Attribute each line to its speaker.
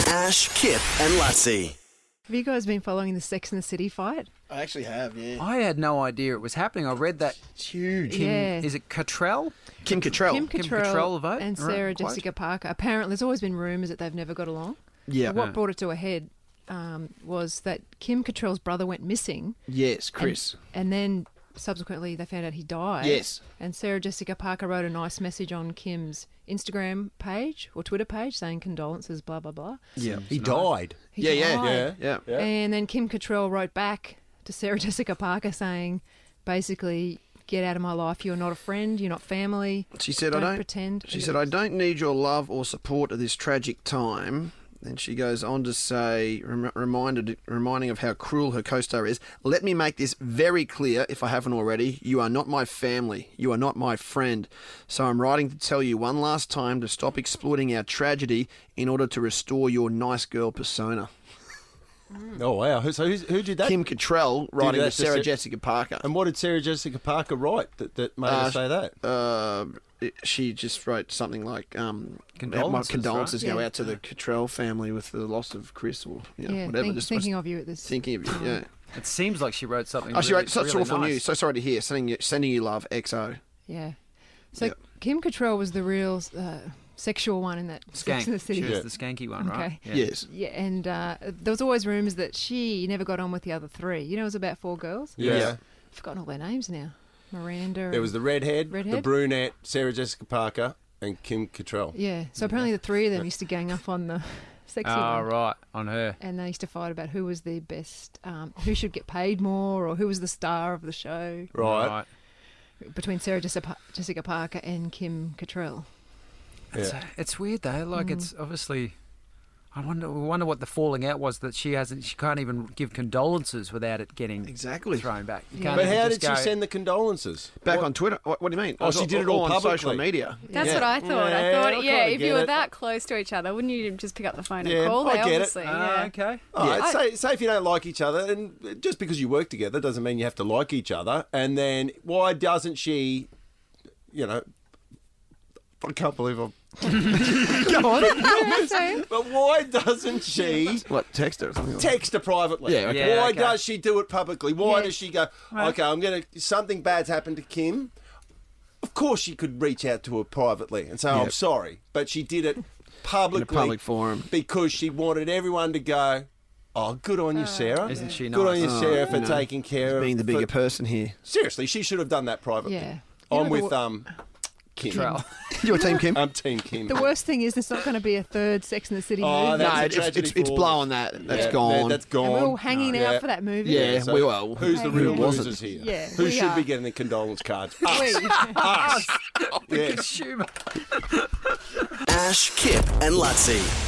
Speaker 1: Ash, Kip, and Lutzi.
Speaker 2: Have you guys been following the Sex and the City fight?
Speaker 3: I actually have, yeah.
Speaker 4: I had no idea it was happening. I read that.
Speaker 3: It's huge.
Speaker 4: Kim,
Speaker 2: Yeah.
Speaker 4: Is it Cottrell?
Speaker 1: Kim Cattrall.
Speaker 2: Kim
Speaker 4: Kim
Speaker 2: Cattrall,
Speaker 4: Cattrall vote,
Speaker 2: and
Speaker 4: or
Speaker 2: Sarah
Speaker 4: quote?
Speaker 2: Jessica Parker. Apparently, there's always been rumours that they've never got along.
Speaker 3: Yeah.
Speaker 2: What brought it to a head um, was that Kim Cattrall's brother went missing,
Speaker 3: Yes,
Speaker 2: and-
Speaker 3: Chris.
Speaker 2: and, then subsequently they found out he died.
Speaker 3: Yes.
Speaker 2: And Sarah Jessica Parker wrote a nice message on Kim's Instagram page or Twitter page saying condolences, blah blah blah.
Speaker 3: yeah.
Speaker 5: He died.
Speaker 2: He
Speaker 3: yeah, yeah,
Speaker 2: died.
Speaker 3: yeah, yeah, yeah.
Speaker 2: And then Kim Cattrall wrote back to Sarah Jessica Parker saying, basically, get out of my life. You're not a friend. You're not family.
Speaker 3: She said,
Speaker 2: Don't
Speaker 3: "I don't
Speaker 2: pretend."
Speaker 3: She said, "I don't need your love or support at this tragic time." Then she goes on to say, rem- reminded, reminding of how cruel her co-star is. Let me make this very clear, if I haven't already. You are not my family. You are not my friend. So I'm writing to tell you one last time to stop exploiting our tragedy in order to restore your nice girl persona.
Speaker 5: Oh wow! Who- So who's, who did that?
Speaker 3: Kim Cattrall writing
Speaker 5: that
Speaker 3: to
Speaker 5: to
Speaker 3: Sarah
Speaker 5: Sa-
Speaker 3: Jessica Parker.
Speaker 5: And what did Sarah Jessica Parker write that, that made
Speaker 3: Uh,
Speaker 5: her say that?
Speaker 3: uh, it- she just wrote something like um,
Speaker 4: Condolences,
Speaker 3: my condolences
Speaker 2: right?
Speaker 3: go
Speaker 2: Yeah.
Speaker 3: out to the Cottrell family with the loss of Chris or you know,
Speaker 2: Yeah,
Speaker 3: whatever.
Speaker 2: think-
Speaker 3: just
Speaker 2: thinking
Speaker 3: was
Speaker 2: of you at this.
Speaker 3: thinking of you. Yeah.
Speaker 4: It seems like she wrote something.
Speaker 3: Oh, she
Speaker 4: really-
Speaker 3: wrote such
Speaker 4: really
Speaker 3: awful
Speaker 4: nice.
Speaker 3: news. So sorry to hear. Sending you, sending you love. XO.
Speaker 2: Yeah. So
Speaker 3: Yep.
Speaker 2: Kim Cattrall was the real uh, sexual one in that Sex in the
Speaker 4: Skank.
Speaker 2: City.
Speaker 4: She was
Speaker 5: Yeah.
Speaker 4: the skanky one, right?
Speaker 2: Okay.
Speaker 3: Yes.
Speaker 2: Yeah, and uh, there was always rumours that she never got on with the other three. You know, it was about four girls.
Speaker 5: yeah.
Speaker 3: Yeah.
Speaker 2: I've forgotten all their names now. Miranda.
Speaker 5: There was the redhead, the
Speaker 2: Redhead?
Speaker 5: brunette, Sarah Jessica Parker, and Kim Cattrall.
Speaker 2: Yeah. So apparently the three of them used to gang up on the sexy
Speaker 3: Ah,
Speaker 2: one.
Speaker 4: Oh, right. On her.
Speaker 2: and they used to fight about who was the best, um, who should get paid more, or who was the star of the show
Speaker 5: Right.
Speaker 2: between Sarah Jessica, Jessica Parker and Kim Cattrall.
Speaker 4: It's, uh, it's weird though. Like
Speaker 2: Mm.
Speaker 4: it's obviously. I wonder. We wonder what the falling out was that she hasn't. She can't even give condolences without it getting
Speaker 3: Exactly.
Speaker 4: thrown back. You
Speaker 2: Yeah.
Speaker 4: can't
Speaker 5: But
Speaker 4: even
Speaker 5: how
Speaker 4: just
Speaker 5: did she
Speaker 4: go-
Speaker 5: send the condolences?
Speaker 3: Back on Twitter. What, what do you mean?
Speaker 5: Oh, she did it all
Speaker 3: on social
Speaker 5: publicly.
Speaker 3: media.
Speaker 6: That's
Speaker 5: Yeah.
Speaker 6: what I thought. I
Speaker 5: Yeah, I
Speaker 6: thought, yeah,
Speaker 5: kinda
Speaker 6: if you
Speaker 5: get
Speaker 6: were
Speaker 5: it.
Speaker 6: that close to each other, wouldn't you just pick up the phone
Speaker 5: Yeah,
Speaker 6: and
Speaker 5: I
Speaker 6: call? They
Speaker 5: get it.
Speaker 6: obviously,
Speaker 4: Ah,
Speaker 6: yeah.
Speaker 4: okay.
Speaker 5: All right, say, say if you don't like each other, and just because you work together doesn't mean you have to like each other. And then why doesn't she, you know, I can't believe I'm. But why doesn't she
Speaker 3: What text her or something? Like
Speaker 5: text her privately?
Speaker 3: Yeah, okay.
Speaker 4: Yeah,
Speaker 5: why
Speaker 4: okay.
Speaker 5: does she do it publicly? Why
Speaker 2: Yeah.
Speaker 5: does she go, okay, I'm going to, something bad's happened to Kim? Of course she could reach out to her privately and say, "Oh, I'm sorry. But she did it
Speaker 3: in
Speaker 5: publicly.
Speaker 3: a public forum.
Speaker 5: because she wanted everyone to go, oh, good on you, Sarah.
Speaker 4: Isn't she
Speaker 5: Good
Speaker 4: nice?
Speaker 5: on you,
Speaker 3: Oh,
Speaker 5: Sarah,
Speaker 3: you
Speaker 5: for
Speaker 3: know,
Speaker 5: taking care of
Speaker 3: Being the
Speaker 5: for-
Speaker 3: bigger person here.
Speaker 5: Seriously, she should have done that privately.
Speaker 2: Yeah. You
Speaker 5: I'm
Speaker 2: know, the
Speaker 5: with
Speaker 2: wo-
Speaker 5: um, Kim.
Speaker 4: Well,
Speaker 3: Your team, Kim.
Speaker 5: I'm Team Kim.
Speaker 2: The worst thing is, there's not going to be a third Sex and the City
Speaker 5: Oh,
Speaker 2: movie.
Speaker 5: that's
Speaker 3: no,
Speaker 5: a
Speaker 3: it's,
Speaker 5: tragedy
Speaker 3: it's, it's
Speaker 5: for all
Speaker 3: blown. That
Speaker 5: Yeah,
Speaker 3: that's
Speaker 5: yeah,
Speaker 3: gone.
Speaker 5: that's
Speaker 2: and
Speaker 5: gone.
Speaker 2: we're all hanging
Speaker 5: No.
Speaker 2: out
Speaker 5: Yeah.
Speaker 2: for that movie.
Speaker 3: Yeah. we were.
Speaker 5: Who's the real
Speaker 3: Who wasn't?
Speaker 5: losers here?
Speaker 2: Yeah,
Speaker 5: Who
Speaker 2: we
Speaker 5: should be
Speaker 2: are.
Speaker 5: getting the condolence cards? Ah, Us.
Speaker 4: us, the
Speaker 5: Yeah.
Speaker 4: consumer.
Speaker 1: Ash, Kip, and Lutzi.